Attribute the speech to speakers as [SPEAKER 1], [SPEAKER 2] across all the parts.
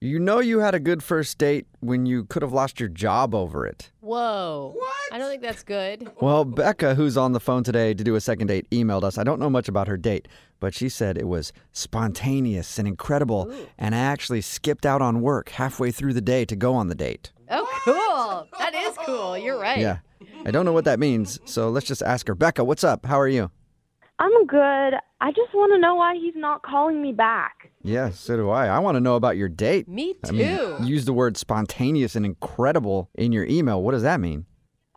[SPEAKER 1] You know you had a good first date when you could have lost your job over it.
[SPEAKER 2] Whoa. I don't think that's good.
[SPEAKER 1] Well, Becca, who's on the phone today to do a second date, emailed us. I don't know much about her date, but she said it was spontaneous and incredible, and I actually skipped out on work halfway through the day to go on the date.
[SPEAKER 2] Oh, cool. That is cool. You're right.
[SPEAKER 1] Yeah. I don't know what that means, so let's just ask her. Becca, what's up? How are you?
[SPEAKER 3] I'm good. I just want to know why he's not calling me back.
[SPEAKER 1] Yeah, so do I. I want to know about your date.
[SPEAKER 2] Me
[SPEAKER 1] I
[SPEAKER 2] too.
[SPEAKER 1] mean, use the word spontaneous and incredible in your email. What does that mean?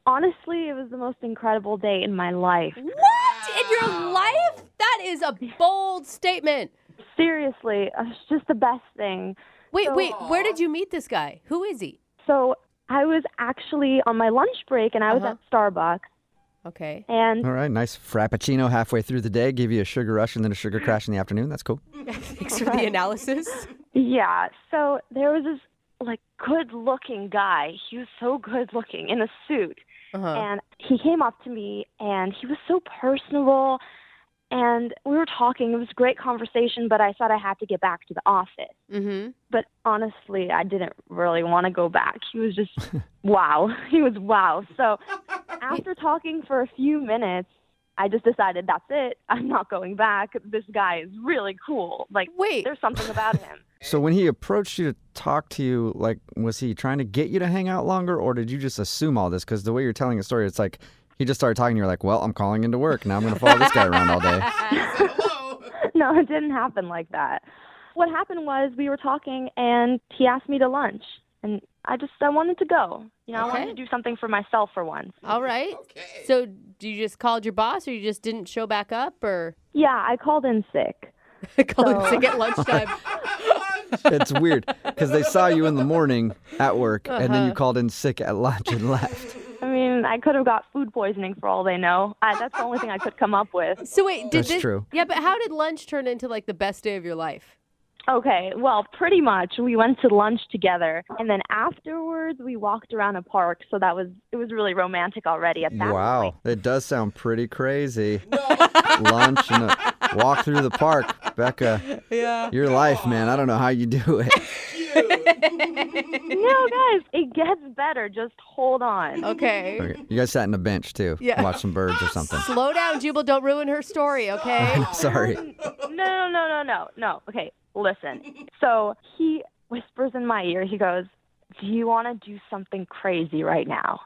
[SPEAKER 3] Honestly, it was the most incredible day in my life.
[SPEAKER 2] What? In your life? That is a bold statement.
[SPEAKER 3] Seriously, it's just the best thing.
[SPEAKER 2] Wait,
[SPEAKER 3] So-
[SPEAKER 2] wait. Where did you meet this guy? Who is he?
[SPEAKER 3] So, I was actually on my lunch break and I was
[SPEAKER 2] Uh-huh.
[SPEAKER 3] at Starbucks
[SPEAKER 2] Okay.
[SPEAKER 3] and
[SPEAKER 1] All right, nice frappuccino halfway through the day, give you a sugar rush and then a sugar crash in the afternoon. That's cool.
[SPEAKER 2] Thanks for the analysis.
[SPEAKER 3] yeah, so there was this like good-looking guy. He was so good-looking in a suit.
[SPEAKER 2] Uh-huh.
[SPEAKER 3] And he came up to me and he was so personable and we were talking. It was a great conversation, but I thought I had to get back to the office.
[SPEAKER 2] Mm-hmm.
[SPEAKER 3] but honestly, I didn't really want to go back. He was just wow. He was wow. So after talking for a few minutes, I just decided that's it. I'm not going back. This guy is really cool. Like
[SPEAKER 2] Wait.
[SPEAKER 3] there's something about him.
[SPEAKER 1] So when he approached you to talk to you, like, was he trying to get you to hang out longer, or did you just assume all this? Because the way you're telling a story, it's like he just started talking. You're like, well, I'm calling into work now. I'm gonna follow this guy around all day.
[SPEAKER 3] no, it didn't happen like that. What happened was we were talking and he asked me to lunch and I just I wanted to go. You know, I
[SPEAKER 2] Okay.
[SPEAKER 3] wanted to do something for myself for once.
[SPEAKER 2] All right. So you just called your boss or you just didn't show back up or
[SPEAKER 3] Yeah, I called in sick.
[SPEAKER 2] called
[SPEAKER 3] So-
[SPEAKER 2] him sick at lunchtime?
[SPEAKER 1] It's weird because they saw you in the morning at work, and then you called in sick at lunch and left.
[SPEAKER 3] I mean, I could have got food poisoning for all they know. I, that's the only thing I could come up with.
[SPEAKER 2] So wait, did
[SPEAKER 1] That's
[SPEAKER 2] this
[SPEAKER 1] true.
[SPEAKER 2] Yeah, but how did lunch turn into like the best day of your life?
[SPEAKER 3] Okay, well, pretty much. We went to lunch together, and then afterwards we walked around a park. So that was it was really romantic already at that
[SPEAKER 1] Wow,
[SPEAKER 3] point.
[SPEAKER 1] it does sound pretty crazy. Lunch and a walk through the park, Becca.
[SPEAKER 2] Yeah.
[SPEAKER 1] Your life, man. I don't know how you do it.
[SPEAKER 3] No, guys, it gets better. Just hold on.
[SPEAKER 2] Okay.
[SPEAKER 1] Okay. You guys sat in a bench too.
[SPEAKER 2] Yeah.
[SPEAKER 1] Watch some birds or something.
[SPEAKER 2] Slow down, Jubal. Don't ruin her story, okay?
[SPEAKER 1] Sorry.
[SPEAKER 3] No, no, no, no, no, no. Okay, listen. So he whispers in my ear. He goes, "Do you want to do something crazy right now?"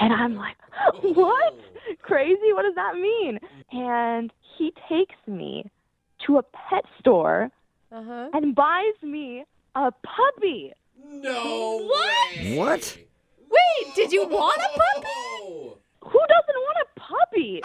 [SPEAKER 3] And I'm like, "What? Crazy? What does that mean?" And he takes me to a pet store.
[SPEAKER 2] Uh-huh.
[SPEAKER 3] and buys me a puppy.
[SPEAKER 4] No.
[SPEAKER 2] What?
[SPEAKER 4] way.
[SPEAKER 1] What?
[SPEAKER 2] Wait, did you want a puppy?
[SPEAKER 3] Who doesn't want a puppy?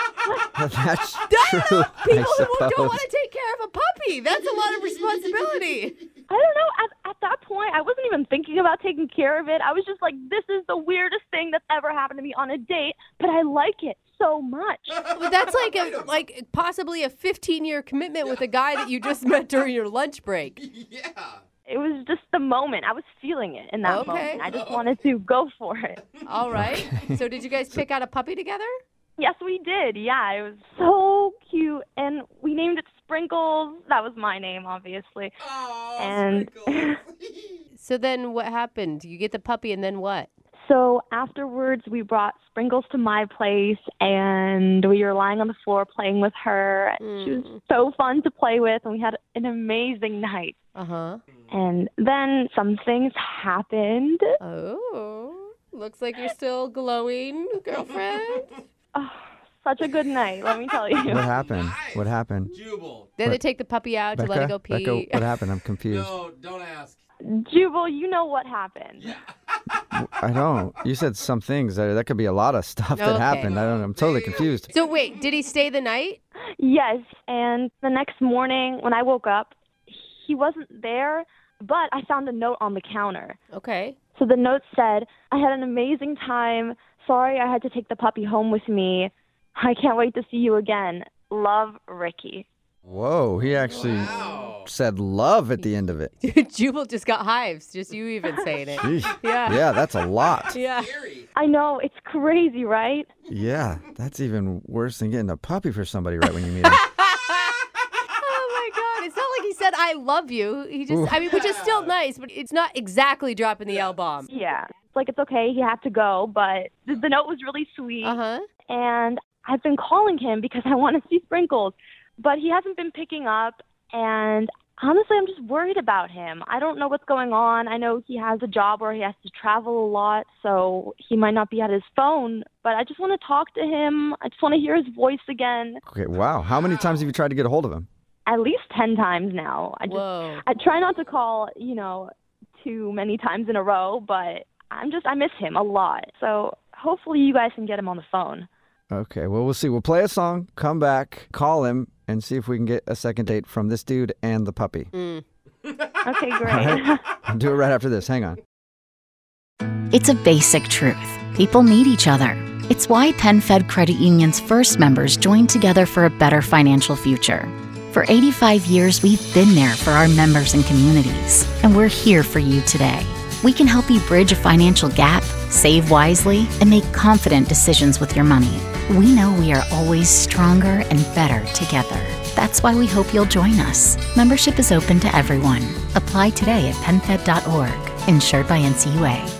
[SPEAKER 1] That's
[SPEAKER 2] I
[SPEAKER 1] true.
[SPEAKER 2] know
[SPEAKER 1] I
[SPEAKER 2] people who don't
[SPEAKER 1] suppose.
[SPEAKER 2] want to take care of a puppy. That's a lot of responsibility.
[SPEAKER 3] I don't know. At, at that point, I wasn't even thinking about taking care of it. I was just like, this is the weirdest thing that's ever happened to me on a date, but I like it so much.
[SPEAKER 2] But that's like a like possibly a 15-year commitment with a guy that you just met during your lunch break.
[SPEAKER 4] Yeah.
[SPEAKER 3] It was just the moment. I was feeling it in that
[SPEAKER 2] Okay.
[SPEAKER 3] moment. I just wanted to go for it.
[SPEAKER 2] All right. So did you guys pick out a puppy together?
[SPEAKER 3] Yes, we did. Yeah, it was so cute. And we named it Sprinkles. That was my name, obviously.
[SPEAKER 4] Oh,
[SPEAKER 3] And-
[SPEAKER 2] So then what happened? You get the puppy and then what?
[SPEAKER 3] So afterwards, we brought Sprinkles to my place, and we were lying on the floor playing with her. She was so fun to play with, and we had an amazing night.
[SPEAKER 2] Uh-huh.
[SPEAKER 3] And then some things happened.
[SPEAKER 2] Oh. Looks like you're still glowing, girlfriend.
[SPEAKER 3] Oh, such a good night, let me tell you.
[SPEAKER 1] What happened? What happened?
[SPEAKER 4] Jubal.
[SPEAKER 2] Then they take the puppy out to let it go pee.
[SPEAKER 1] Becca, what happened? I'm confused.
[SPEAKER 4] No, don't ask.
[SPEAKER 3] Jubal, you know what happened.
[SPEAKER 1] I don't. You said some things. That, that could be a lot of stuff that
[SPEAKER 2] Okay.
[SPEAKER 1] happened. I don't. I'm totally confused.
[SPEAKER 2] So wait, did he stay the night?
[SPEAKER 3] Yes, and the next morning when I woke up, he wasn't there, But I found a note on the counter.
[SPEAKER 2] Okay.
[SPEAKER 3] So the note said, I had an amazing time. Sorry I had to take the puppy home with me. I can't wait to see you again. Love, Ricky.
[SPEAKER 1] Whoa, he actually said love at the end of it.
[SPEAKER 2] Jubal just got hives. Just you even saying it.
[SPEAKER 1] Jeez.
[SPEAKER 2] Yeah.
[SPEAKER 1] Yeah, that's a lot.
[SPEAKER 2] Yeah.
[SPEAKER 3] I know, it's crazy, right?
[SPEAKER 1] Yeah, that's even worse than getting a puppy for somebody right when you meet him.
[SPEAKER 2] Oh my God. It's not like he said, I love you. He just, I mean, which is still nice, but it's not exactly dropping the L bomb.
[SPEAKER 3] Yeah. It's like, it's okay, he had to go, but the, the note was really sweet.
[SPEAKER 2] Uh huh.
[SPEAKER 3] and I've been calling him because I want to see Sprinkles, but he hasn't been picking up. And honestly, I'm just worried about him. I don't know what's going on. I know he has a job where he has to travel a lot, so he might not be at his phone, but I just want to talk to him. I just want to hear his voice again
[SPEAKER 1] Okay, wow. How many times have you tried to get a hold of him?
[SPEAKER 3] at least 10 times now. I just,
[SPEAKER 2] Whoa.
[SPEAKER 3] I try not to call, you know, too many times in a row, but I'm just, I miss him a lot. So hopefully you guys can get him on the phone.
[SPEAKER 1] Okay, well, we'll see. We'll play a song, come back, call him, and see if we can get a second date from this dude and the puppy.
[SPEAKER 2] Mm.
[SPEAKER 3] Okay, great.
[SPEAKER 1] I'll do it right after this. Hang on.
[SPEAKER 5] It's a basic truth. People need each other. It's why PenFed Credit Union's first members joined together for a better financial future. For 85 years, we've been there for our members and communities, and we're here for you today. We can help you bridge a financial gap, save wisely, and make confident decisions with your money. We know we are always stronger and better together. That's why we hope you'll join us. Membership is open to everyone. Apply today at penfed.org, insured by NCUA.